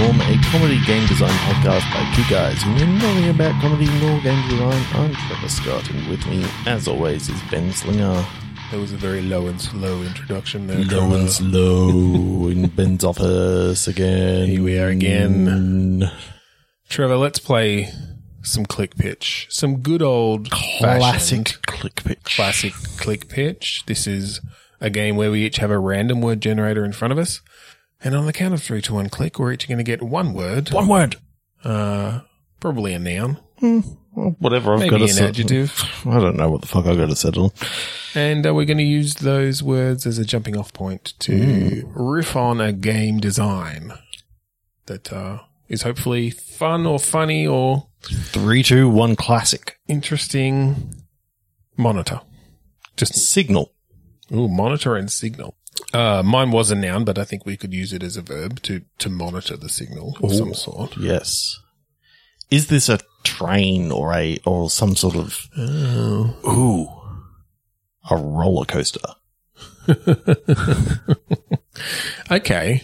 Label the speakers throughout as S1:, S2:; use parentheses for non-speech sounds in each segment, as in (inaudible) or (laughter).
S1: comedy game design podcast by two guys who know nothing about comedy nor game design. I'm Trevor Scott, and with me, as always, is Ben Slinger.
S2: That was a very low and slow introduction there.
S1: Low and slow (laughs) in Ben's office again. Mm.
S2: Here we are again. Trevor, let's play some click pitch. Some good old
S1: Classic
S2: fashioned
S1: click pitch.
S2: classic click pitch. This is a game where we each have a random word generator in front of us. And on the count of three to one click, we're each going to get one word,
S1: One word.
S2: uh, probably a noun,
S1: Well, whatever I've
S2: maybe
S1: got to
S2: an
S1: settle.
S2: adjective.
S1: I don't know what the fuck I've got to settle.
S2: And uh, we're going to use those words as a jumping off point to
S1: Hmm.
S2: riff on a game design that uh, is hopefully fun or funny or
S1: Three, two, one. Classic
S2: interesting. Monitor. Just,
S1: signal.
S2: ooh, monitor and signal. Uh, mine was a noun, but I think we could use it as a verb to, to monitor the signal of some sort.
S1: Yes. Is this a train or a or some sort of
S2: Oh.
S1: ooh a roller coaster
S2: Okay.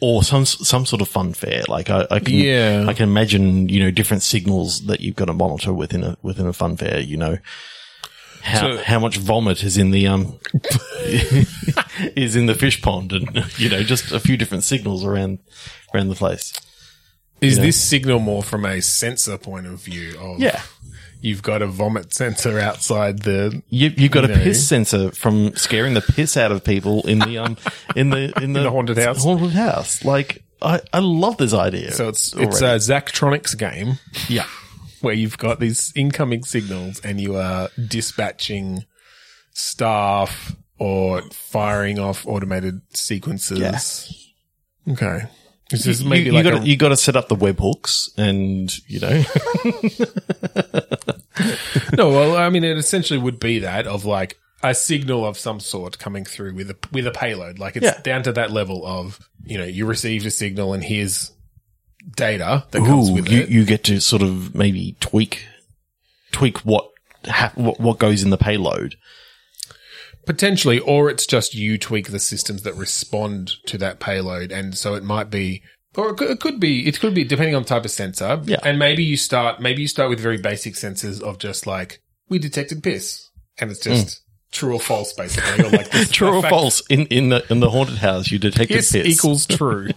S1: or some some sort of fun fair? Like I, I can
S2: Yeah.
S1: I can imagine you know different signals that you've got to monitor within a within a fun fair. You know how
S2: So-
S1: how much vomit is in the um (laughs) is in the fish pond and you know just a few different signals around around the place.
S2: Is this signal more from a sensor point of view? Of
S1: Yeah.
S2: You've got a vomit sensor outside the
S1: You, you've got
S2: You
S1: a
S2: know.
S1: piss sensor from scaring the piss out of people in the um in
S2: (laughs)
S1: the in the,
S2: the haunted house.
S1: Haunted house. Like I, I love this idea.
S2: So it's it's uh,
S1: already.
S2: a Zachtronics game
S1: yeah,
S2: where you've got these incoming signals and you are dispatching staff or firing off automated sequences. Okay. This is maybe
S1: you,
S2: like
S1: you got
S2: a-
S1: you got to set up the webhooks and you know
S2: (laughs) no. Well, I mean, it essentially would be that of like a signal of some sort coming through with a with a payload. Like it's
S1: Yeah.
S2: down to that level of you know you received a signal and here's data that comes with
S1: you
S2: it.
S1: you get to sort of maybe tweak tweak what hap- what what goes in the payload.
S2: Potentially, or it's just you tweak the systems that respond to that payload, and so it might be, or it could, it could be, it could be depending on type of sensor.
S1: Yeah.
S2: and maybe you start, maybe you start with very basic sensors of just like we detected piss, and it's just true or false, basically,
S1: (laughs)
S2: or like this,
S1: Mm. True
S2: a
S1: or
S2: fact-
S1: false? In in the in the haunted house, you detected
S2: Piss
S1: piss.
S2: equals true.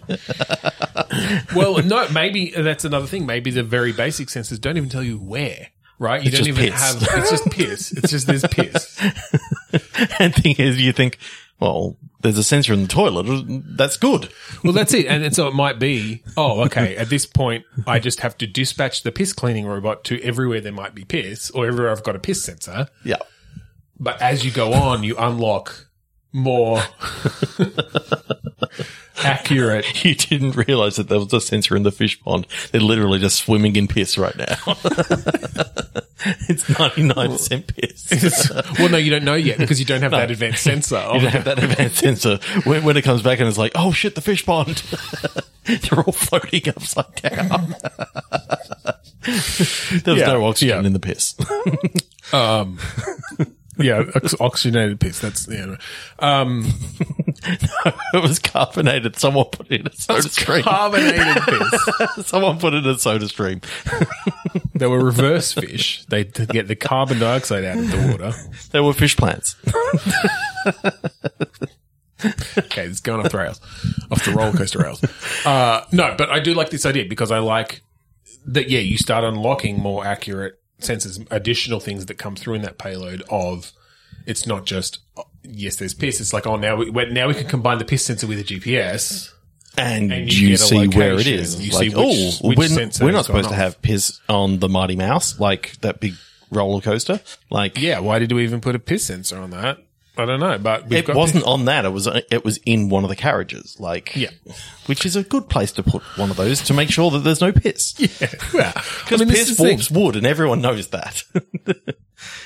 S2: well, no, maybe uh, that's another thing. Maybe the very basic sensors don't even tell you where. Right? You
S1: It's
S2: don't
S1: just
S2: even
S1: piss.
S2: have.
S1: (laughs)
S2: It's just piss. It's just this piss.
S1: (laughs) and thing is, you think, well, there's a sensor in the toilet. That's good.
S2: Well, that's it. And, and so it might be, oh, okay, at this point, I just have to dispatch the piss cleaning robot to everywhere there might be piss or everywhere I've got a piss sensor.
S1: Yeah.
S2: But as you go on, you unlock more (laughs) accurate.
S1: (laughs) You didn't realize that there was a sensor in the fish pond. They're literally just swimming in piss right now. (laughs) it's 99% (laughs) piss.
S2: well, no, you don't know yet because you don't have that advanced sensor.
S1: You
S2: of-
S1: don't have that advanced sensor. When, when it comes back and it's like, oh shit, the fish pond. (laughs) They're all floating upside down. (laughs) there was
S2: Yeah,
S1: no oxygen
S2: yeah.
S1: in the piss. (laughs)
S2: um, yeah, ox- oxygenated piss. That's yeah. Um,
S1: it was carbonated. Someone put it in a soda stream.
S2: carbonated
S1: (laughs)
S2: piss.
S1: Someone put it in a soda stream.
S2: They were reverse fish. They to get the carbon dioxide out of the water.
S1: There were fish plants.
S2: Okay, it's going off the rails, off the roller coaster rails. Uh, no, but I do like this idea because I like that. Yeah, you start unlocking more accurate sensors, additional things that come through in that payload. Of it's not just oh, yes, there's piss. It's like oh, now we well, now we can combine the piss sensor with a GPS.
S1: and,
S2: And you
S1: you,
S2: get a
S1: see where it
S2: location.
S1: is.
S2: You
S1: You
S2: see
S1: like,
S2: which-
S1: oh,
S2: which
S1: we're, n-
S2: sensor
S1: we're
S2: has
S1: not
S2: gone
S1: supposed to
S2: off."
S1: have piss on the Mighty Mouse, like that big roller coaster. Like
S2: Yeah, why did we even put a piss sensor on that? I don't know, but we've
S1: it
S2: got
S1: wasn't on that. It was it was in one of the carriages. Like
S2: Yeah.
S1: which is a good place to put one of those to make sure that there's no
S2: (laughs)
S1: piss.
S2: Piss.
S1: (laughs)
S2: (laughs) Yeah, I
S1: Because
S2: mean, this
S1: piss
S2: is the thing.
S1: warps wood, and everyone knows that. (laughs)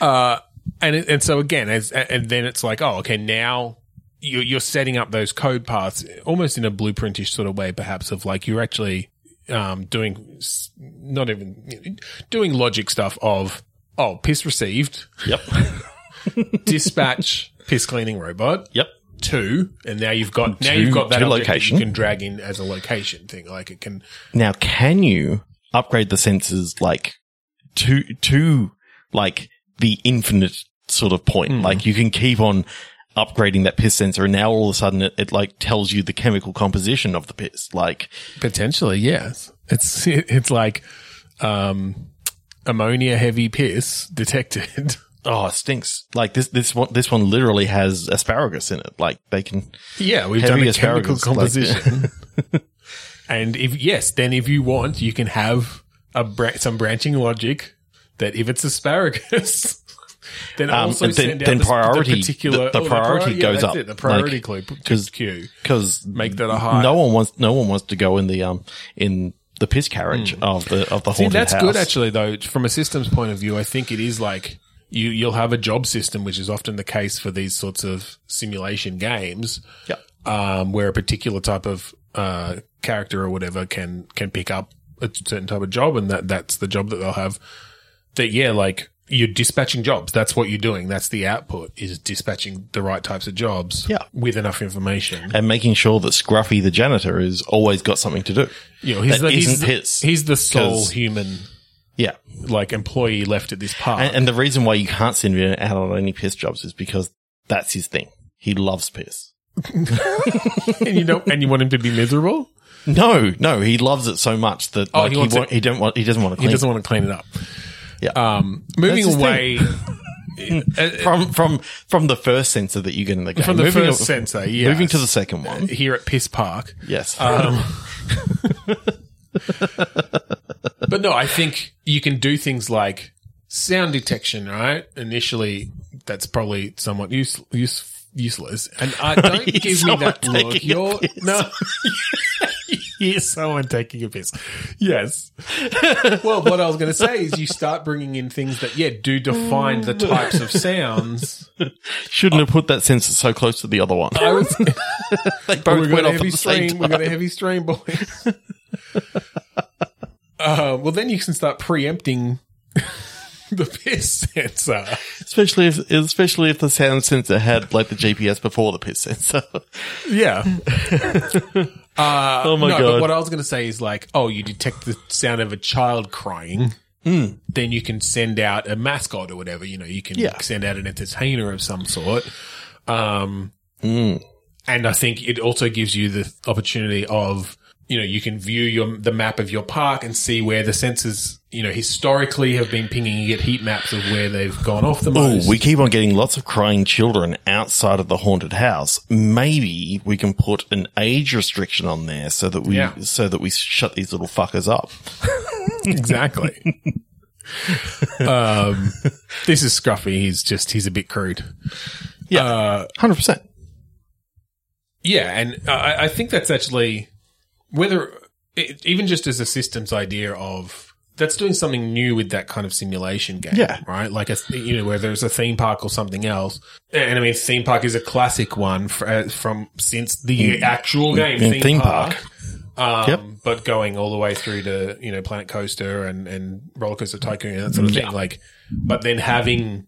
S2: and it, and so again, as and then it's like, oh, okay, now you're, you're setting up those code paths almost in a blueprintish sort of way, perhaps of like you're actually um, doing s- not even you know, doing logic stuff of oh, piss received, (laughs)
S1: yep,
S2: dispatch piss cleaning robot
S1: yep.
S2: two, and now you've got now you've
S1: Two-
S2: got that
S1: two
S2: object that
S1: location.
S2: you can drag in as a location thing. Like it can
S1: Now, can you upgrade the sensors like to to like the infinite sort of point?
S2: Hmm.
S1: Like you can keep on upgrading that piss sensor, and now all of a sudden it, it like tells you the chemical composition of the piss. Like
S2: potentially, yes. It's (laughs) it's like um, ammonia heavy piss detected. (laughs)
S1: oh, it stinks. Like this this one this one literally has asparagus in it. Like they can
S2: Yeah, we've
S1: Heavy
S2: done a chemical
S1: asparagus, like-
S2: composition.
S1: (laughs)
S2: and if yes, then if you want, you can have a bra- some branching logic that if it's asparagus, (laughs) then
S1: Um,
S2: also
S1: and then-
S2: send out
S1: then
S2: the,
S1: priority-
S2: the particular
S1: the- the
S2: oh,
S1: priority
S2: priori- yeah,
S1: goes
S2: that's
S1: up,
S2: It, the priority
S1: like,
S2: clue, p-
S1: 'cause-
S2: queue.
S1: because
S2: Make that a high.
S1: No one wants no one wants to go in the um in the piss carriage of the of the
S2: Hmm. See,
S1: haunted
S2: that's
S1: house.
S2: good actually though from a systems point of view i think it is like you you'll have a job system which is often the case for these sorts of simulation games
S1: Yeah.
S2: um, where a particular type of uh, character or whatever can can pick up a certain type of job and that that's the job that they'll have that yeah like you're dispatching jobs that's what you're doing that's the output is dispatching the right types of jobs
S1: Yeah.
S2: with enough information
S1: And making sure that Scruffy the janitor has always got something to do.
S2: you know he's,
S1: that
S2: the, he's,
S1: isn't
S2: the-
S1: his,
S2: he's the sole
S1: 'cause-
S2: human
S1: Yeah.
S2: like employee left at this park
S1: And, and the reason why you can't send him out on any piss jobs is because that's his thing. He loves piss.
S2: and you don't, and you want him to be miserable.
S1: No, no, he loves it so much that
S2: Oh,
S1: like,
S2: he
S1: he,
S2: wants
S1: wa- he don't want he doesn't want to
S2: He
S1: clean
S2: doesn't want to clean it up.
S1: Yeah.
S2: Um, moving
S1: That's his
S2: away
S1: from from from the first sensor that you get in the game.
S2: from the
S1: Moving
S2: first
S1: up-
S2: sensor, yes. Uh,
S1: moving to the second one.
S2: here at Piss Park.
S1: Yes. (laughs)
S2: Um, but no, I think you can do things like sound detection. Right, initially, that's probably somewhat use, use, useless. And
S1: (laughs)
S2: I don't
S1: hear
S2: give me that
S1: someone
S2: look.
S1: taking a
S2: You're
S1: piss. (laughs)
S2: no. (laughs) You hear someone taking a piss. Yes. well, what I was going to say is you start bringing in things that, yeah, do define the types of
S1: (laughs)
S2: sounds.
S1: Shouldn't have put that sensor so close to the other one.
S2: I was,
S1: they both
S2: we've got
S1: went off
S2: a
S1: at
S2: heavy
S1: the same
S2: stream. We've got
S1: time.
S2: a heavy stream, boys. (laughs) uh, well, then you can start preempting (laughs) the piss sensor.
S1: Especially if especially if the sound sensor had like the GPS before the piss sensor. (laughs)
S2: Yeah. uh,
S1: Oh my
S2: no, But
S1: God.
S2: what I was going to say is like, oh, you detect the sound of a child crying.
S1: Hmm.
S2: Then you can send out a mascot or whatever. You know, you can
S1: Yeah.
S2: send out an entertainer of some sort. Um,
S1: Hmm.
S2: And I think it also gives you the opportunity of, you know, you can view your the map of your park and see where the sensors, you know, historically have been pinging. You get heat maps of where they've gone off the
S1: Oh,
S2: most.
S1: we keep on getting lots of crying children outside of the haunted house. Maybe we can put an age restriction on there so that we
S2: Yeah.
S1: so that we shut these little fuckers up.
S2: (laughs) Exactly. um, this is Scruffy. He's just he's a bit crude. Uh,
S1: Yeah, hundred percent.
S2: Yeah, and I, I think that's actually whether it, even just as a systems idea of that's doing something new with that kind of simulation game.
S1: Yeah.
S2: right. Like a you know where there's a theme park or something else, and I mean theme park is a classic one for, uh, from since the actual game
S1: in
S2: theme,
S1: Mm. Theme
S2: park.
S1: Park.
S2: Um,
S1: Yep.
S2: But going all the way through to you know Planet Coaster and and Roller Coaster Tycoon and that sort of
S1: Mm.
S2: thing, like, but then having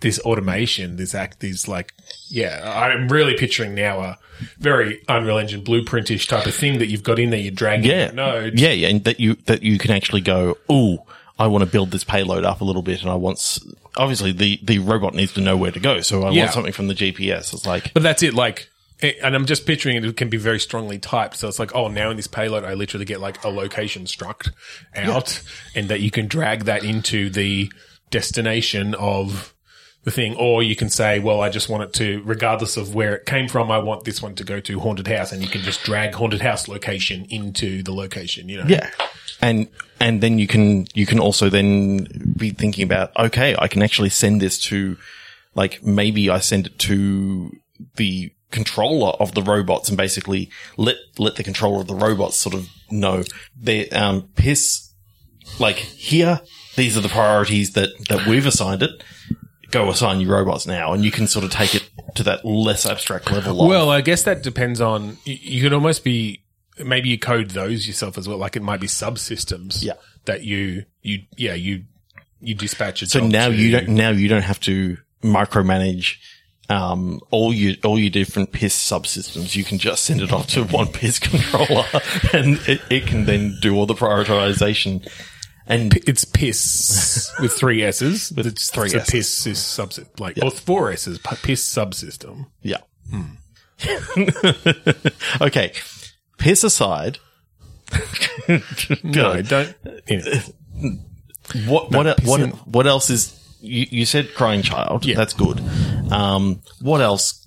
S2: this automation, this act, these like, yeah, I'm really picturing now a very Unreal Engine blueprintish type of thing that you've got in there. You're dragging
S1: Yeah,
S2: nodes.
S1: yeah, yeah, and that you that you can actually go. Ooh, I want to build this payload up a little bit, and I want. s- Obviously, the the robot needs to know where to go, so I
S2: Yeah.
S1: want something from the GPS. It's like
S2: But that's it, like. it- And I'm just picturing it, it can be very strongly typed. So it's like, oh, now in this payload, I literally get like a location struct out and that you can drag that into the destination of the thing. Or you can say, well, I just want it to, regardless of where it came from, I want this one to go to haunted house. And you can just drag haunted house location into the location, you know?
S1: Yeah. And and then you can you can also then be thinking about okay, I can actually send this to like maybe I send it to the controller of the robots and basically let let the controller of the robots sort of know their um piss like here these are the priorities that that we've assigned it go assign your robots now and you can sort of take it to that less abstract level of,
S2: Well, I guess that depends on. You, you could almost be maybe you code those yourself as well. Like it might be subsystems.
S1: Yeah.
S2: That you you yeah you you dispatch it.
S1: So now you don't now you don't have to micromanage um, all your all your different piss subsystems. You can just send it off to one piss (laughs) controller, and it, it can then do all the prioritization. And (laughs)
S2: It's piss with three S's. But it's
S1: three
S2: it's
S1: S's.
S2: a piss subsystem, like or four S's. but Piss subsystem.
S1: Yeah. (laughs) okay. Piss aside.
S2: No, don't.
S1: (laughs)
S2: you know.
S1: What what
S2: piss
S1: what
S2: in-
S1: what else is you, you said crying child.
S2: Yeah.
S1: That's good. Um what else?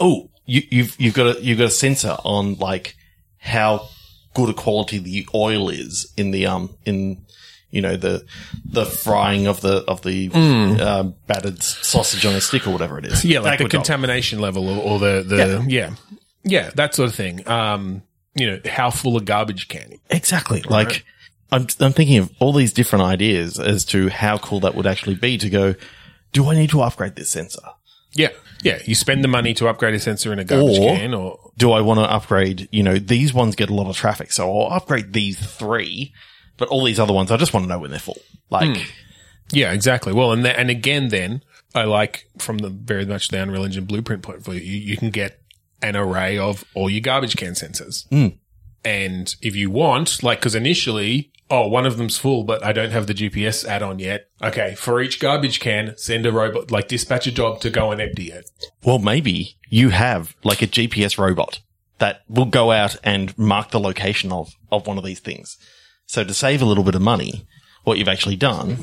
S1: Oh, you you've you've got a you've got a sensor on like how good a quality the oil is in the um in you know the the frying of the of the uh, battered s- sausage on a stick or whatever it is.
S2: Mm. Yeah, like
S1: That
S2: the
S1: good job.
S2: contamination level or, or the, the yeah. yeah. that sort of thing. Um, you know, how full a garbage can it?
S1: Exactly. Like I'm, I'm thinking of all these different ideas as to how cool that would actually be to go, do I need to upgrade this sensor?
S2: Yeah. Yeah. You spend the money to upgrade a sensor in a garbage
S1: Or-
S2: can or
S1: Do I want to upgrade? You know, these ones get a lot of traffic, so I'll upgrade these three, but all these other ones, I just want to know when they're full. Like,
S2: Yeah, exactly. Well, and th- and again, then I like from the very much the Unreal Engine blueprint point of view, you, you can get an array of all your garbage can sensors, and if you want, like, because initially, oh, one of them's full, but I don't have the GPS add-on yet. Okay, for each garbage can, send a robot, like, dispatch a job to go and empty it.
S1: well, maybe you have like a GPS robot that will go out and mark the location of, of one of these things. So to save a little bit of money, what you've actually done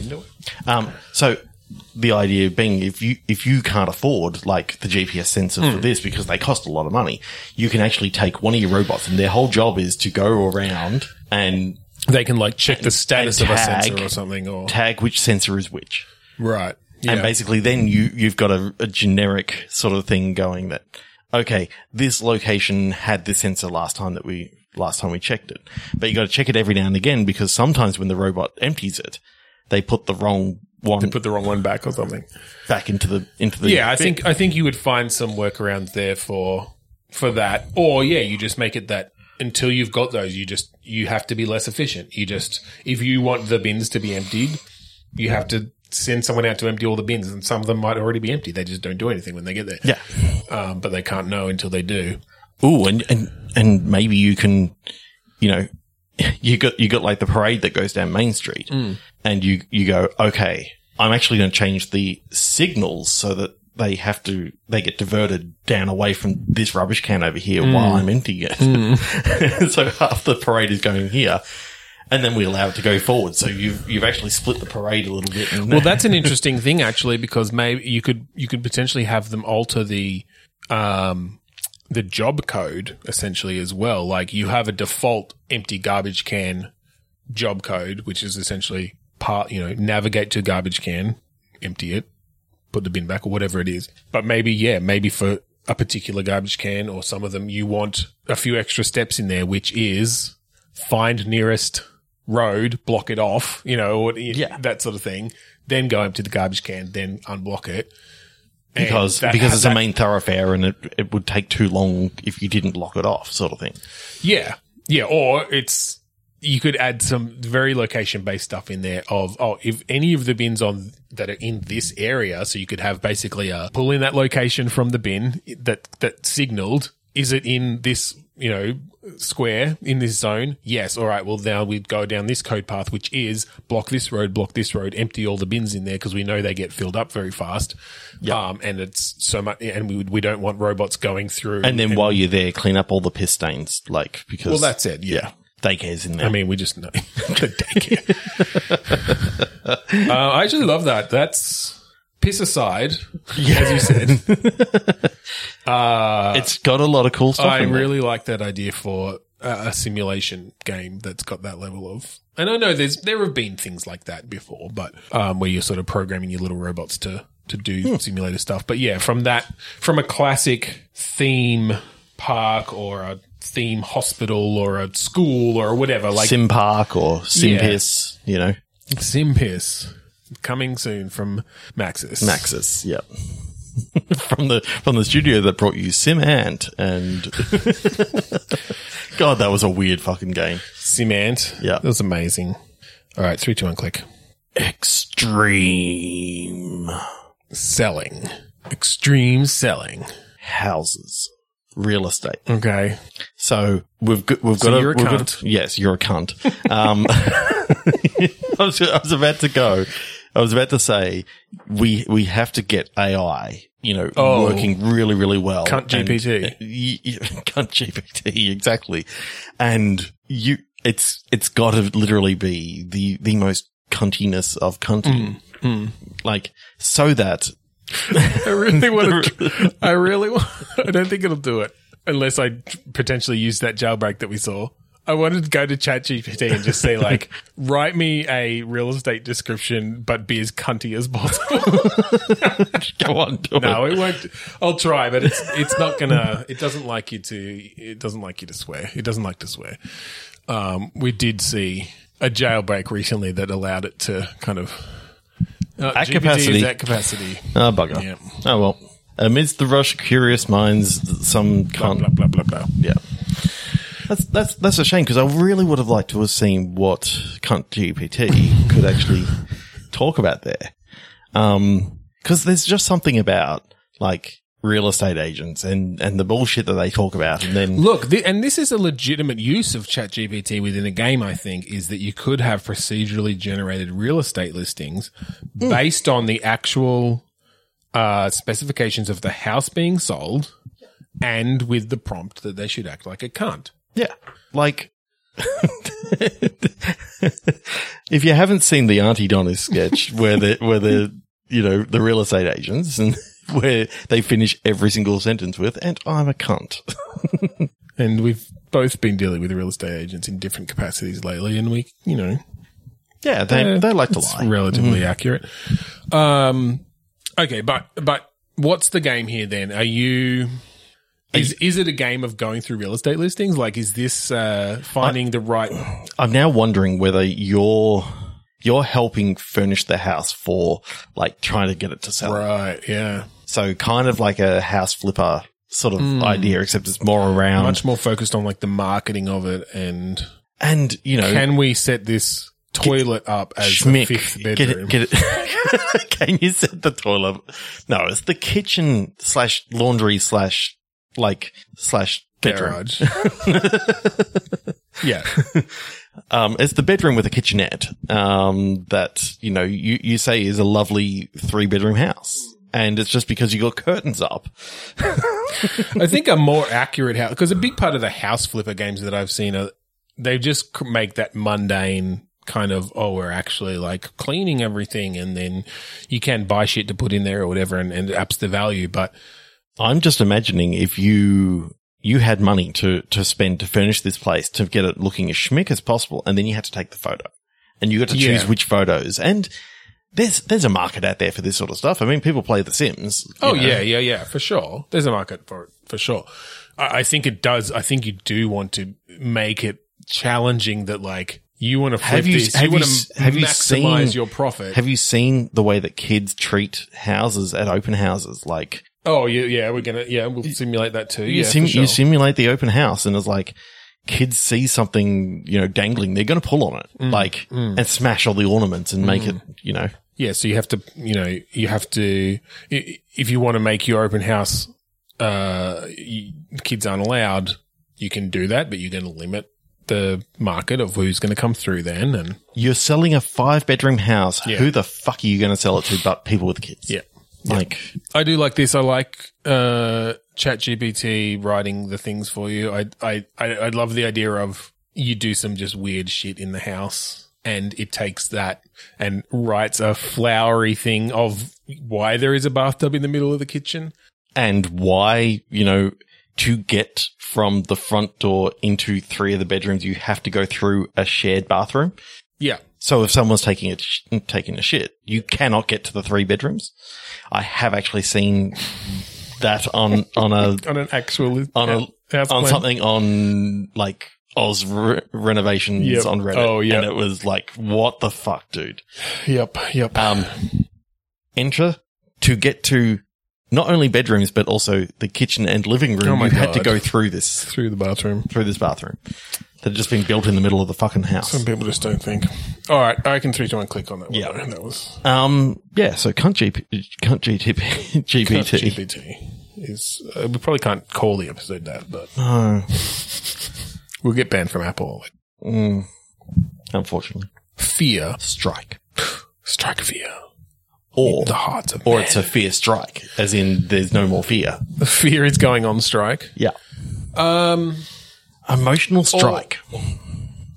S1: Um, so the idea being, if you if you can't afford like the GPS sensor for this because they cost a lot of money, you can actually take one of your robots, and their whole job is to go around and
S2: They can like check the status of a
S1: tag-
S2: sensor or something, or
S1: tag which sensor is which.
S2: right. Yeah.
S1: And basically, then you you've got a, a generic sort of thing going that okay, this location had this sensor last time that we last time we checked it, but you got to check it every now and again because sometimes when the robot empties it, they put the wrong one
S2: Put the wrong one back or something.
S1: back into the into the
S2: Yeah, I think I think you would find some workarounds there for for that. Or yeah, you just make it that until you've got those, you just you have to be less efficient. You just if you want the bins to be emptied, you have to send someone out to empty all the bins, and some of them might already be empty. They just don't do anything when they get there.
S1: Yeah.
S2: um, but they can't know until they do.
S1: Ooh, and, and and maybe you can, you know, (laughs) you got you got like the parade that goes down Main Street,
S2: Hmm.
S1: and you you go, okay, I'm actually going to change the signals so that they have to they get diverted down away from this rubbish can over here
S2: Hmm.
S1: while I'm emptying it. (laughs) so half the parade is going here. And then we allow it to go forward. So you've you've actually split the parade a little bit. And
S2: (laughs) Well, that's an interesting thing actually, because maybe you could you could potentially have them alter the um, the job code essentially as well. Like you have a default empty garbage can job code, which is essentially part you know navigate to garbage can, empty it, put the bin back or whatever it is. But maybe yeah, maybe for a particular garbage can or some of them, you want a few extra steps in there, which is find nearest road, block it off, you know, or,
S1: Yeah.
S2: that sort of thing. Then go empty the garbage can, then unblock it. And
S1: because
S2: that-
S1: because it's
S2: that-
S1: a main thoroughfare and it, it would take too long if you didn't lock it off, sort of thing.
S2: Yeah. Yeah. Or it's, you could add some very location based stuff in there of, oh, if any of the bins on that are in this area, so you could have basically a pull in that location from the bin that, that signaled, is it in this, you know, square in this zone? Yes. All right. Well, now we'd go down this code path, which is block this road, block this road, empty all the bins in there because we know they get filled up very fast. Um, and it's so much, and we, would- we don't want robots going through.
S1: And then while you're there, clean up all the piss stains, like because
S2: well, that's it. yeah.
S1: daycare's in (laughs) there.
S2: I mean, we just know the daycare. uh, I actually love that. That's piss aside, as you said.
S1: (laughs) it's got a lot of cool stuff.
S2: I
S1: in there.
S2: really like that idea for uh, a simulation game that's got that level of. And I know there's there have been things like that before, but um, where you're sort of programming your little robots to to do simulator stuff. But yeah, from that from a classic theme park or a theme hospital or a school or whatever, like
S1: Sim Park or Sim
S2: Yeah.
S1: Piss, you know,
S2: Simpiss coming soon from Maxis.
S1: Maxis. Yep. (laughs) from the from the studio that brought you Sim Ant and (laughs) God, that was a weird fucking game.
S2: Simant.
S1: Yeah.
S2: That was amazing. All right, three, two, one, click.
S1: Extreme.
S2: Selling. Extreme selling.
S1: houses, real estate.
S2: Okay.
S1: So we've got, we've
S2: So
S1: got
S2: you're a
S1: we've got
S2: cunt.
S1: yes, you're a
S2: (laughs)
S1: cunt. Um, (laughs) I, was, I was about to go. I was about to say we we have to get AI. You know,
S2: Oh.
S1: working really really well.
S2: Cunt
S1: And-
S2: GPT.
S1: Y- (laughs) y- cunt GPT exactly, and you it's it's got to literally be the the most cuntiness of cunting.
S2: Hmm.
S1: Like so that (laughs)
S2: I really want to. I really want. I don't think it'll do it unless I potentially use that jailbreak that we saw. I wanted to go to ChatGPT and just say like, (laughs) write me a real estate description, but be as cunty as possible.
S1: go on do it.
S2: no, it won't. I'll try, but it's it's not gonna. It doesn't like you to. It doesn't like you to swear. It doesn't like to swear. Um, we did see a jailbreak recently that allowed it to kind of uh,
S1: At
S2: GPT
S1: capacity.
S2: Is at capacity.
S1: Oh, bugger.
S2: Yeah.
S1: Oh, well. Amidst the rush of curious minds, some can't.
S2: Blah blah blah blah.
S1: Yeah. That's, that's, that's a shame because I really would have liked to have seen what cunt GPT could actually talk about there. Um, cause there's just something about like real estate agents and, and the bullshit that they talk about. And then
S2: Look, th- and this is a legitimate use of ChatGPT within a game, I think, is that you could have procedurally generated real estate listings based on the actual uh, specifications of the house being sold and with the prompt that they should act like a cunt.
S1: Yeah. Like, (laughs) if you haven't seen the Auntie Donna
S2: (laughs)
S1: sketch where the, where the, you know, the real estate agents and (laughs) where they finish every single sentence with, and I'm a cunt. (laughs)
S2: And we've both been dealing with real estate agents in different capacities lately, and we, you know,
S1: Yeah. They,
S2: Uh,
S1: they like mm-hmm. to
S2: it's
S1: lie.
S2: relatively accurate. Um, okay, but but what's the game here then? Are you is is it a game of going through real estate listings? Like, is this uh, finding the right?
S1: I'm now wondering whether you're, you're helping furnish the house for like trying to get it to sell.
S2: Right, yeah,
S1: So kind of like a house flipper sort of idea, except it's more around
S2: Hmm. much more focused on like the marketing of it, and
S1: and you know,
S2: can we set this toilet up as the
S1: Schmick.
S2: fifth
S1: Get
S2: bedroom?
S1: it, get it. (laughs) Can you set the toilet? No, it's the kitchen slash laundry slash like slash bedroom.
S2: Garage. (laughs) yeah,
S1: Um, it's the bedroom with a kitchenette. Um, that you know you you say is a lovely three bedroom house, and it's just because you got curtains up.
S2: I think a more accurate house because a big part of the house flipper games that I've seen are they just c- make that mundane kind of oh we're actually like cleaning everything and then you can buy shit to put in there or whatever and, and it ups the value but
S1: I'm just imagining if you you had money to to spend to furnish this place to get it looking as schmick as possible, and then you had to take the photo, and you got to
S2: Yeah.
S1: choose which photos. And there's there's a market out there for this sort of stuff. I mean, people play The Sims. you
S2: oh
S1: know.
S2: yeah yeah yeah for sure there's a market for it for sure I, I think it does I think you do want to make it challenging that like you want to flip
S1: Have you-
S2: this
S1: have you
S2: want
S1: s-
S2: to
S1: have you
S2: maximize
S1: seen-
S2: your profit
S1: Have you seen the way that kids treat houses at open houses? Like
S2: oh yeah yeah we're gonna yeah we'll simulate that too
S1: you,
S2: yeah
S1: sim-
S2: for sure.
S1: you simulate the open house, and it's like kids see something you know dangling, they're going to pull on it,
S2: Mm,
S1: like and smash all the ornaments and make it you know
S2: Yeah, so you have to, you know, you have to, i- if you want to make your open house, uh, you, kids aren't allowed, you can do that, but you're going to limit the market of who's going to come through then. And
S1: you're selling a five bedroom house.
S2: Yeah.
S1: Who the fuck are you going to sell it to but people with kids?
S2: yeah,
S1: Like,
S2: I do like this. I like, uh, ChatGPT writing the things for you. I, I, I, I love the idea of you do some just weird shit in the house and it takes that and writes a flowery thing of why there is a bathtub in the middle of the kitchen.
S1: and why, you know, to get from the front door into three of the bedrooms, you have to go through a shared bathroom.
S2: Yeah.
S1: So if someone's taking a, sh- taking a shit, you cannot get to the three bedrooms. I have actually seen that on, on a,
S2: on an actual
S1: on a,
S2: house
S1: on
S2: plan.
S1: something on like Oz re- renovations
S2: Yep.
S1: on Reddit.
S2: Oh, yeah.
S1: And it was like, what the fuck, dude?
S2: Yep, yep.
S1: um, enter to get to not only bedrooms but also the kitchen and living room.
S2: Oh my
S1: you had to
S2: God.
S1: go through this
S2: Through the bathroom.
S1: through this bathroom. that had just been built in the middle of the fucking house.
S2: Some people just don't think. All right, I can three, two, one, click on that. One.
S1: Yeah.
S2: that was
S1: Um, yeah, so cunt, GP, cunt (laughs) GTP, GPT.
S2: GPT. Is uh, we probably can't call the episode that, but
S1: No.
S2: we'll get banned from Apple.
S1: Mm. unfortunately.
S2: Fear,
S1: Strike.
S2: strike fear,
S1: Or,
S2: the hearts of
S1: or
S2: man.
S1: it's a fear strike, as in there's no more fear.
S2: fear is going on strike.
S1: Yeah.
S2: Um.
S1: Emotional strike.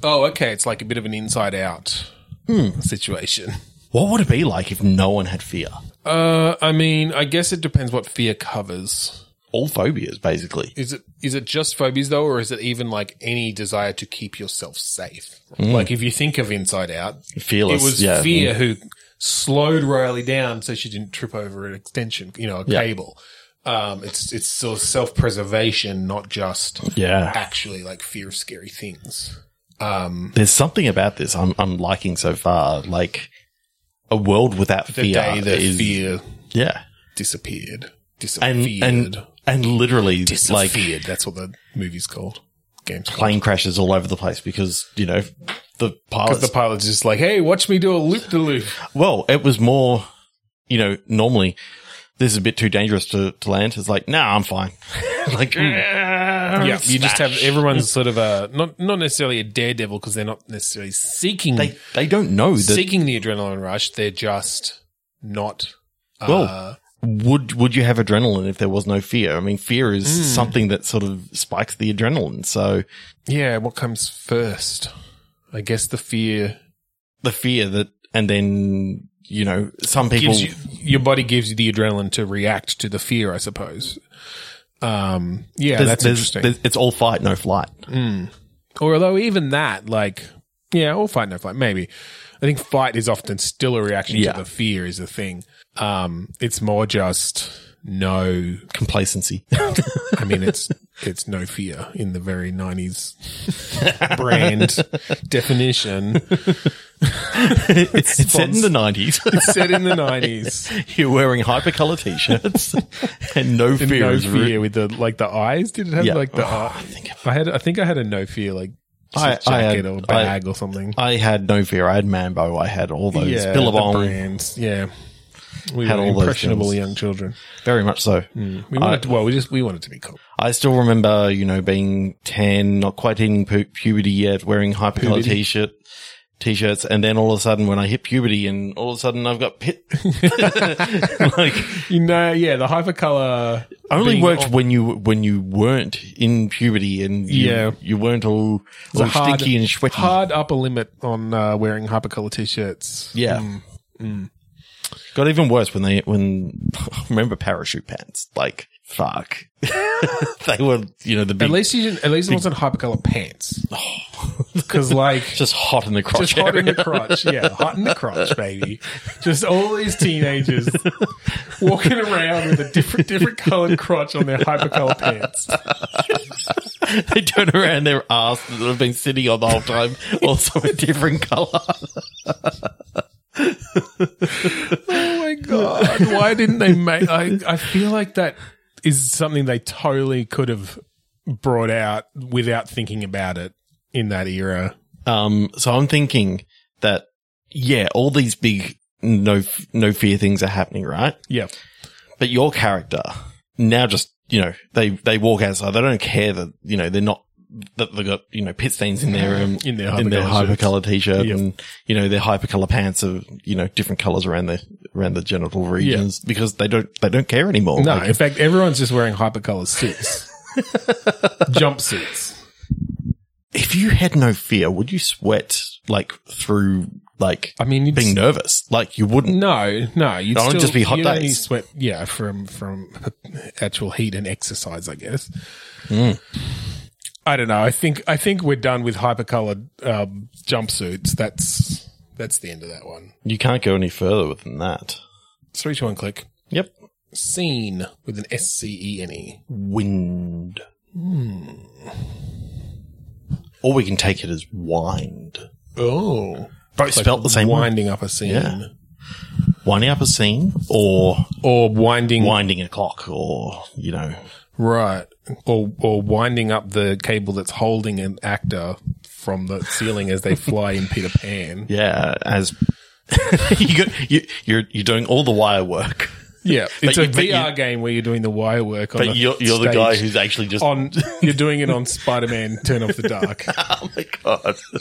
S2: Oh, okay. It's like a bit of an inside out
S1: Hmm.
S2: situation.
S1: What would it be like if no one had fear?
S2: Uh, I mean, I guess it depends what fear covers.
S1: All phobias, basically.
S2: Is it is it just phobias though, or is it even like any desire to keep yourself safe? Like if you think of Inside Out,
S1: Fearless.
S2: it was
S1: Mm. yeah. mm.
S2: fear who slowed Riley down so she didn't trip over an extension, you know, a cable. Um, it's it's sort of self preservation, not just
S1: Yeah.
S2: actually like fear of scary things.
S1: There's something about this I'm, I'm liking so far. Like, a world without
S2: The
S1: fear
S2: day that
S1: is-
S2: fear
S1: Yeah.
S2: disappeared,
S1: And,
S2: disappeared,
S1: and, and literally, like,
S2: disappeared. That's what the movie's called. Game's called.
S1: plane crashes all over the place because, you know, the
S2: Because
S1: pilots
S2: the pilot's just like, hey, watch me do a loop de loop.
S1: Well, it was more, you know, normally this is a bit too dangerous to, to land. It's like, nah, I'm fine. (laughs) like, mm. yeah,
S2: Yeah, you just have everyone's sort of a not not necessarily a daredevil because they're not necessarily seeking
S1: They, they don't know that.
S2: seeking the adrenaline rush. They're just not. Uh,
S1: Well, would, would you have adrenaline if there was no fear? I mean, fear is
S2: Mm.
S1: something that sort of spikes the adrenaline. So
S2: yeah. What comes first? I guess the fear
S1: the fear that, and then, you know, some people,
S2: gives you your body gives you the adrenaline to react to the fear. I suppose. Um. Yeah,
S1: there's-
S2: that's
S1: there's-
S2: interesting. Mm.
S1: there's- it's all fight, no flight.
S2: Or although even that, like, yeah, or fight, no fight, maybe. I think fight is often still a reaction
S1: Yeah.
S2: to the fear is the thing. Um, it's more just no. (laughs)
S1: Complacency.
S2: I mean, it's (laughs) it's no fear in the very nineties brand definition.
S1: it's it's set in the 90s.
S2: Set (laughs) in the nineties,
S1: (laughs) You're wearing hypercolor
S2: (laughs)
S1: t-shirts and no fear
S2: no
S1: is re-
S2: fear with the like the eyes. Did it have
S1: Yeah.
S2: like the?
S1: Oh,
S2: eye-
S1: I think
S2: I had. I think I had a no fear like
S1: I-
S2: jacket
S1: I had-
S2: or
S1: I-
S2: bag or something.
S1: I had no fear. I had Mambo. I had all those
S2: yeah, the
S1: Billabong,
S2: brands. Yeah, we
S1: Had
S2: were
S1: all those
S2: impressionable
S1: things.
S2: young children.
S1: very much so.
S2: We wanted, well, we just we wanted to be cool.
S1: I still remember, you know, being ten, not quite hitting pu- puberty yet, wearing hypercolor
S2: Puberty.
S1: t-shirt t-shirts, and then all of a sudden, when I hit puberty, and all of a sudden I've got
S2: (laughs)
S1: pit. (laughs) like
S2: You know, yeah, the hypercolor.
S1: only
S2: being
S1: worked
S2: on-
S1: when you when you weren't in puberty and you,
S2: Yeah.
S1: you weren't all, all
S2: hard-
S1: sticky and sweaty.
S2: hard upper limit on uh, wearing hypercolor t-shirts.
S1: Yeah.
S2: Mm.
S1: Got even worse when they when (laughs) I remember parachute pants. Like fuck, (laughs) they were you know the big
S2: At least you didn't, at least it wasn't hypercolor (laughs) pants. Because like
S1: just hot in the crotch
S2: (laughs) just hot in
S1: area.
S2: the crotch, (laughs) yeah, hot in the crotch, baby. Just all these (laughs) teenagers walking around with a different different colored crotch on their hypercolor pants.
S1: (laughs) they turn around their ass that have been sitting on the whole
S2: (laughs)
S1: time, also a different color.
S2: (laughs) Oh my god! Why didn't they make? I I feel like that is something they totally could have brought out without thinking about it in that era.
S1: Um, so I'm thinking that yeah, all these big no no fear things are happening, right?
S2: Yeah,
S1: But your character now just, you know, they, they walk outside. They don't care that, you know, they're not, that they've got, you know, pit stains in their, um,
S2: In their hypercolour shirts.
S1: hypercolor t-shirt
S2: Yep.
S1: and, you know, their hypercolor pants are, you know, different colors around the, around the genital regions because they don't, they don't care anymore.
S2: no.
S1: Like,
S2: In fact, everyone's just wearing hypercolor (laughs) suits, jumpsuits.
S1: if you had no fear, would you sweat like through, like
S2: I mean, you'd
S1: being
S2: s-
S1: nervous? Like you wouldn't.
S2: no, no. You'd
S1: That would
S2: still
S1: just be hot
S2: you'd only
S1: days.
S2: sweat, yeah, from from actual heat and exercise, I guess.
S1: Hmm.
S2: I don't know. I think I think we're done with hypercolored um, jumpsuits. That's that's the end of that one.
S1: You can't go any further than that.
S2: Three, two, one, click.
S1: Yep.
S2: Scene with an S C E N E.
S1: Wind.
S2: Hmm.
S1: Or we can take it as wind.
S2: Oh, both
S1: spelt the same way.
S2: Winding up a scene,
S1: Yeah. winding up a scene or
S2: or winding
S1: winding a clock or, you know,
S2: right, or or winding up the cable that's holding an actor from the ceiling as they fly in Peter Pan.
S1: Yeah, as (laughs) you got, you, you're you're doing all the wire work,
S2: Yeah, it's
S1: you-
S2: a
S1: but you-
S2: VR game where you're doing the wire work. On
S1: but
S2: a
S1: you're you're the
S2: stage
S1: guy who's actually just.
S2: on. (laughs) You're doing it on Spider-Man: Turn Off the
S1: (laughs)
S2: Dark.
S1: Oh my god. (laughs)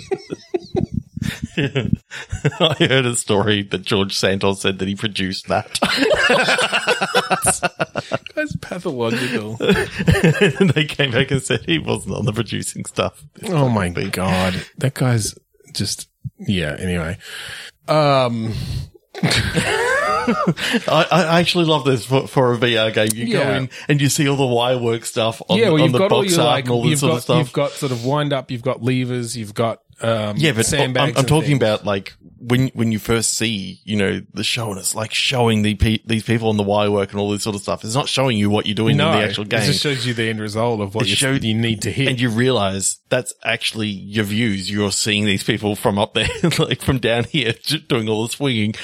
S1: I heard a story that George Santos said that he produced that. (laughs)
S2: That's
S1: (laughs)
S2: pathological.
S1: and they came back and said he wasn't on the producing stuff.
S2: Oh my god, that guy's just yeah. Anyway, um,
S1: I, I actually love this for, for a VR game. You go
S2: Yeah.
S1: in and you see all the wire work stuff on,
S2: yeah. Well,
S1: on
S2: you've
S1: the
S2: got all
S1: box
S2: your
S1: art
S2: like
S1: and all this
S2: you've
S1: sort
S2: got
S1: of stuff.
S2: you've got sort of wind up. You've got levers. You've got um,
S1: yeah, but I'm,
S2: sandbags.
S1: I'm
S2: and
S1: talking
S2: things.
S1: about like when when you first see you know the show and it's like showing the pe- these people on the wire work and all this sort of stuff. It's not showing you what you're doing
S2: no.
S1: in the actual game.
S2: It just shows you the end result of what
S1: It
S2: you,
S1: showed-
S2: you need to hit.
S1: and you realize that's actually your views. You're seeing these people from up there, (laughs) like from down here, just doing all the swinging.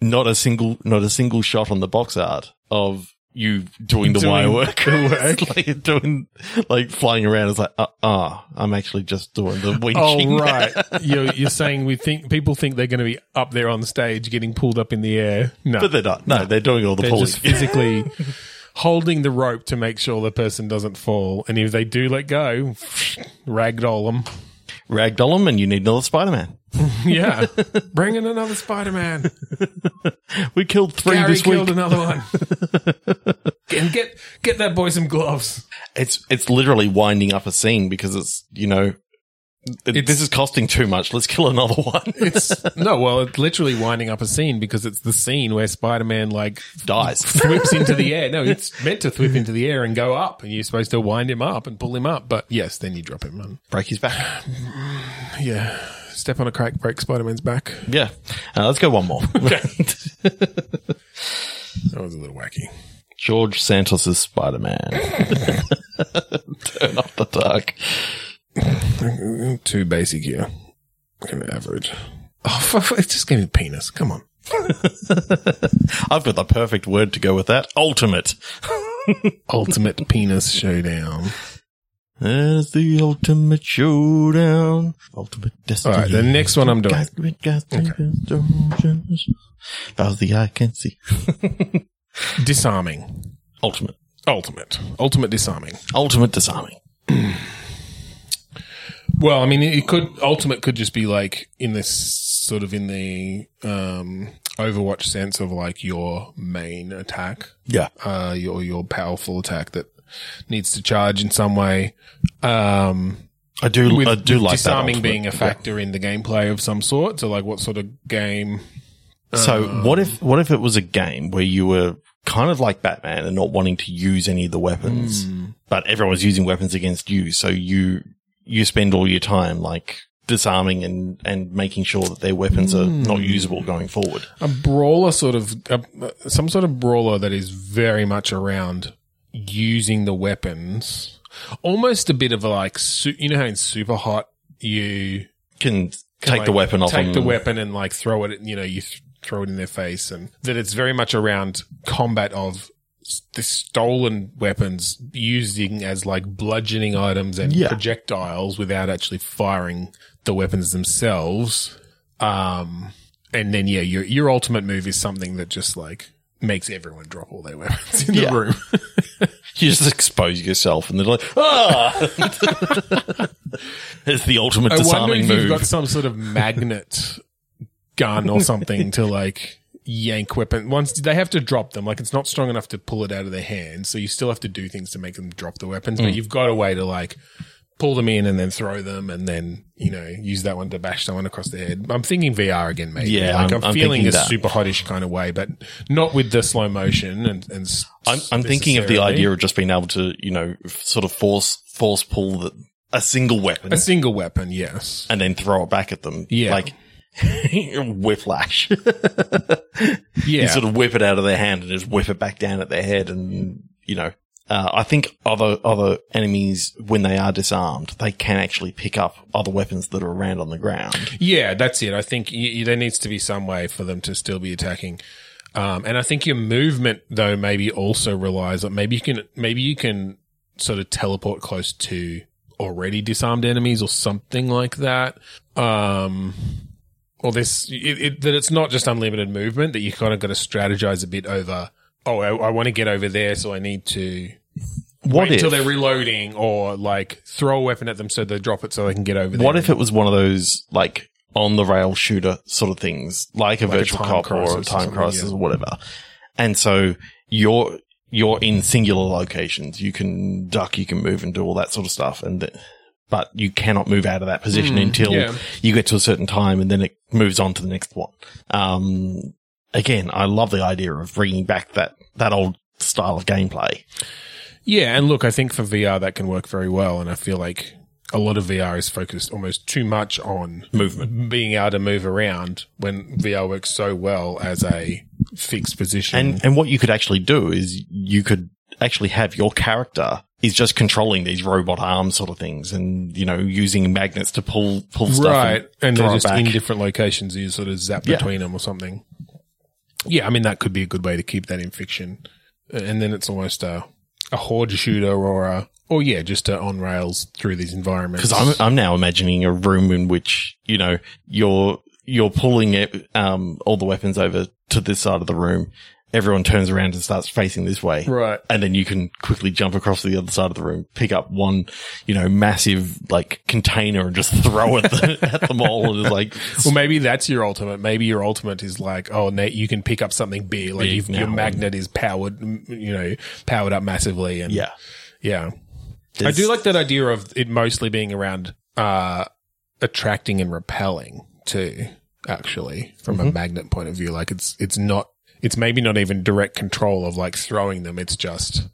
S1: Not a single, not a single shot on the box art of you doing the
S2: Doing
S1: wire work.
S2: the work.
S1: (laughs) It's like doing, like flying around. It's like, ah, ah, I'm actually just doing the winching.
S2: (laughs) Oh right,
S1: (laughs)
S2: you're, you're saying we think people think they're going to be up there on stage getting pulled up in the air. No,
S1: But they're not. No, they're doing all the
S2: they're
S1: pulling.
S2: just
S1: (laughs)
S2: physically (laughs) holding the rope to make sure the person doesn't fall, and if they do let go, (laughs) ragdoll them. (laughs)
S1: Ragdoll 'em and you need another Spider-Man.
S2: Yeah, bring in another Spider Man.
S1: We killed three
S2: Gary
S1: this week.
S2: killed another one, (laughs) and get get that boy some gloves.
S1: it's it's literally winding up a scene because it's you know th this is costing too much. Let's kill another (laughs) one.
S2: It's (laughs) no, well, it's literally winding up a scene because it's the scene where Spider Man like (laughs)
S1: Dies.
S2: thwips into the air. No, it's meant to thwip into the air and go up, and you're supposed to wind him up and pull him up. But yes, then you drop him. And
S1: Break his back.
S2: yeah, step on a crack, break Spider Man's back.
S1: Yeah. Uh, let's go one
S2: (laughs)
S1: more.
S2: That was a little wacky.
S1: George Santos' Spider
S2: (laughs)
S1: Man. Turn off the dark.
S2: Too basic here. Kind of average. Oh, fuck, it's just gonna be penis. Come on.
S1: I've got the perfect word to go with that. Ultimate.
S2: Ultimate penis showdown.
S1: That's the ultimate showdown. Ultimate
S2: All
S1: destiny.
S2: right, the next one I'm doing.
S1: Cosmic constellations. As the eye can see.
S2: Disarming.
S1: Ultimate.
S2: Ultimate. Ultimate disarming.
S1: Ultimate disarming.
S2: Well, I mean, it could ultimate could just be like in this sort of in the um, Overwatch sense of like your main attack,
S1: Yeah.
S2: uh, your your powerful attack that needs to charge in some way. Um,
S1: I do.
S2: with
S1: I do
S2: with
S1: like
S2: disarming
S1: that ultimate.
S2: being a factor in the gameplay of some sort. So, like, what sort of game?
S1: So
S2: Um,
S1: what if what if it was a game where you were kind of like Batman and not wanting to use any of the weapons,
S2: Hmm.
S1: but everyone's using weapons against you, so you you spend all your time like disarming and and making sure that their weapons are
S2: Hmm.
S1: not usable going forward.
S2: A brawler sort of a, some sort of brawler that is very much around using the weapons. Almost a bit of a like su- you know how in super hot you
S1: Can take
S2: like,
S1: the weapon off.
S2: take
S1: them.
S2: the weapon and like throw it you know you th- throw it in their face and that it's very much around combat of s- the stolen weapons using as like bludgeoning items and
S1: Yeah.
S2: projectiles without actually firing the weapons themselves um and then yeah your your ultimate move is something that just like makes everyone drop all their weapons (laughs) in
S1: Yeah.
S2: the room
S1: (laughs) You just expose yourself, and they're like, ah. (laughs) it's the ultimate
S2: I wonder
S1: disarming
S2: if
S1: move.
S2: you've got some sort of magnet gun or something to like yank weapon. Once they have to drop them, like it's not strong enough to pull it out of their hands, so you still have to do things to make them drop the weapons.
S1: Mm.
S2: But you've got a way to like pull them in and then throw them, and then you know use that one to bash someone across the head. I'm thinking VR again, maybe.
S1: Yeah,
S2: like
S1: I'm-
S2: I'm,
S1: I'm
S2: feeling
S1: thinking
S2: a
S1: that.
S2: super hottish kind of way, but not with the slow motion and. and s-
S1: I'm, I'm thinking of the
S2: necessarily.
S1: idea of just being able to, you know, f- sort of force force pull the, a single weapon
S2: A single weapon, yes.
S1: and then throw it back at them.
S2: Yeah.
S1: Like (laughs) whiplash. (laughs)
S2: Yeah.
S1: You sort of whip it out of their hand and just whip it back down at their head. And, you know, uh, I think other, other enemies, when they are disarmed, they can actually pick up other weapons that are around on the ground.
S2: Yeah, that's it. I think y y there needs to be some way for them to still be attacking. Um, and I think your movement though maybe also relies on maybe you can maybe you can sort of teleport close to already disarmed enemies or something like that. Um, or this it, it, that it's not just unlimited movement that you kind of got to strategize a bit over. Oh, I, I want to get over there, so I need to
S1: What
S2: wait
S1: if?
S2: until they're reloading, or like throw a weapon at them so they drop it so they can get over there.
S1: What if it was one of those like on the rail shooter sort of things, like a
S2: Like a
S1: virtual
S2: Time
S1: cop
S2: Crisis
S1: or
S2: or
S1: a time
S2: something,
S1: crisis
S2: yeah.
S1: or whatever? And so you're you're in singular locations. You can duck, you can move, and do all that sort of stuff. And th- but you cannot move out of that position
S2: Mm,
S1: until
S2: yeah.
S1: you get to a certain time, and then it moves on to the next one. Um, again, I love the idea of bringing back that that old style of gameplay.
S2: Yeah, and look, I think for VR that can work very well, and I feel like a lot of VR is focused almost too much on movement, being able to move around when VR works so well as a fixed position.
S1: And and what you could actually do is you could actually have your character is just controlling these robot arms sort of things, and you know using magnets to pull pull stuff.
S2: right, and,
S1: throw
S2: they're
S1: it
S2: just
S1: back.
S2: in different locations. You sort of zap
S1: Yeah.
S2: between them or something. Yeah, I mean that could be a good way to keep that in fiction, Uh, and then it's almost a a horde shooter or a or yeah, just a on rails through these environments.
S1: Because I'm I'm now imagining a room in which you know you're you're pulling it, um, all the weapons over to this side of the room. Everyone turns around and starts facing this way.
S2: right.
S1: and then you can quickly jump across to the other side of the room, pick up one, you know, massive like container and just (laughs) throw it at them all, and it's like
S2: Well, maybe that's your ultimate. Maybe your ultimate is like, oh, Nate, you can pick up something big. Like
S1: Big
S2: you've- your
S1: now.
S2: magnet is powered, m- you know, powered up massively. And
S1: yeah.
S2: yeah. I
S1: There's-
S2: do like that idea of it mostly being around uh, attracting and repelling too. Actually, from a magnet point of view, like it's it's not it's maybe not even direct control of like throwing them. It's just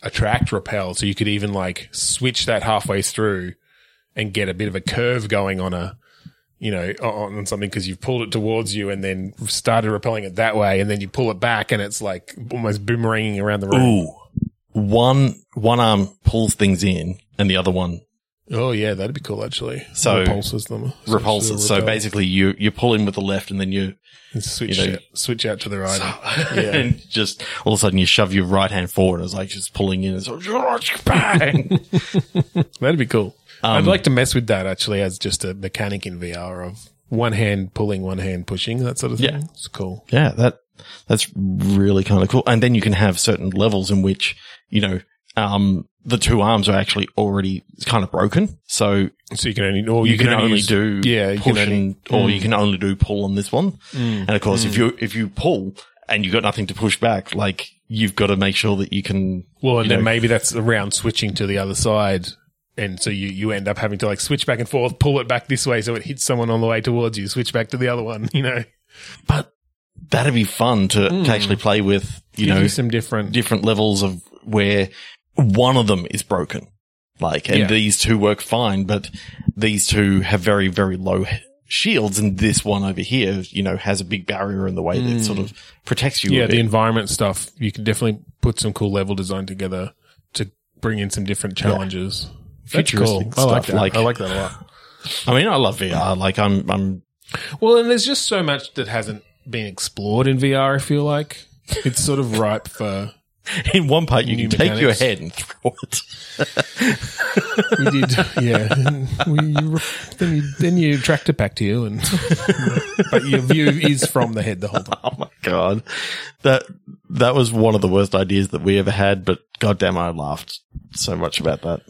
S2: attract, repel. So you could even like switch that halfway through and get a bit of a curve going on a you know on on something because you've pulled it towards you and then started repelling it that way and then you pull it back and it's like almost boomeranging around the room.
S1: Ooh. One one arm pulls things in and the other one
S2: Oh yeah, that'd be cool actually.
S1: So-
S2: repulses them,
S1: repulses. So
S2: Repel.
S1: basically you you pull in with the left and then
S2: (laughs)
S1: you (laughs)
S2: And switch
S1: you know-
S2: out, switch out to the right.
S1: and just all of a sudden you shove your right hand forward and it's like just pulling in and so bang.
S2: (laughs) that'd be cool. I'd
S1: Um,
S2: like to mess with that actually as just a mechanic in VR of one hand pulling, one hand pushing, that sort of thing.
S1: Yeah.
S2: It's cool.
S1: (laughs) yeah, that that's really kind of cool. And then you can have certain levels in which, you know, um the two arms are actually already kind of broken. So
S2: So you can only or
S1: you,
S2: you,
S1: can, only
S2: use-
S1: do
S2: yeah, you
S1: push
S2: can only- Mm.
S1: and, or you can only do pull on this one. And of course, if
S2: Hmm.
S1: you if you pull and you've got nothing to push back, like you've got to make sure that you can.
S2: Well, and
S1: you
S2: then
S1: know-
S2: maybe that's around switching to the other side. And so you, you end up having to like switch back and forth, pull it back this way so it hits someone on the way towards you, switch back to the other one, (laughs) you know.
S1: But that'd be fun to,
S2: Hmm.
S1: to actually play with. You
S2: Gives
S1: know,
S2: you some different
S1: different levels of where one of them is broken, like, and
S2: Yeah.
S1: these two work fine, but these two have very very low. h- Shields and this one over here, you know, has a big barrier in the way that sort of protects you. a
S2: Hmm. yeah,
S1: bit.
S2: the environment stuff. You can definitely put some cool level design together to bring in some different challenges. That's
S1: Futuristic
S2: cool. I like
S1: stuff,
S2: that.
S1: like-
S2: I like that a lot.
S1: I mean, I love VR. Like, I'm, I'm
S2: (laughs)
S1: (laughs)
S2: Well, and there's just so much that hasn't been explored in VR. I feel like it's sort of ripe for.
S1: In one part, you
S2: New
S1: can take your
S2: mechanics.
S1: head and throw it.
S2: (laughs) We did, yeah. We, you, then you then you tractor back to you, and (laughs) but your view is from the head the whole time.
S1: (laughs) Oh my god, that that was one of the worst ideas that we ever had. But goddamn, I laughed so much about that.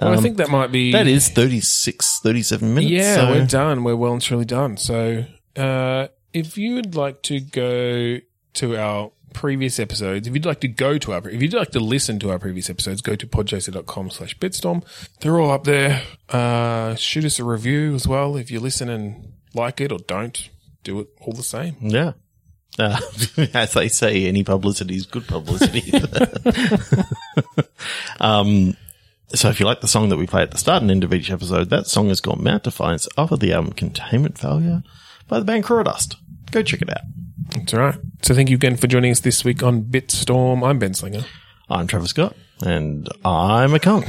S2: Well, I think Um, that might be
S1: That is 36, 37 minutes.
S2: Yeah,
S1: so-
S2: we're done. We're well and truly done. So, uh, if you would like to go to our previous episodes, if you'd like to go to our, if you'd like to listen to our previous episodes, go to podchaser.com slash bitstorm. They're all up there. Uh, shoot us a review as well. If you listen and like it or don't, do it all the same.
S1: yeah. Uh, (laughs) as they say, any publicity is good publicity. (laughs) um, so if you like the song that we play at the start and end of each episode, that song has got Mount Defiance off of the album Containment Failure by the band Crawdust. Go check it out.
S2: That's all right. So thank you again for joining us this week on Bitstorm. I'm Ben Slinger.
S1: I'm Travis Scott, and I'm a cunt.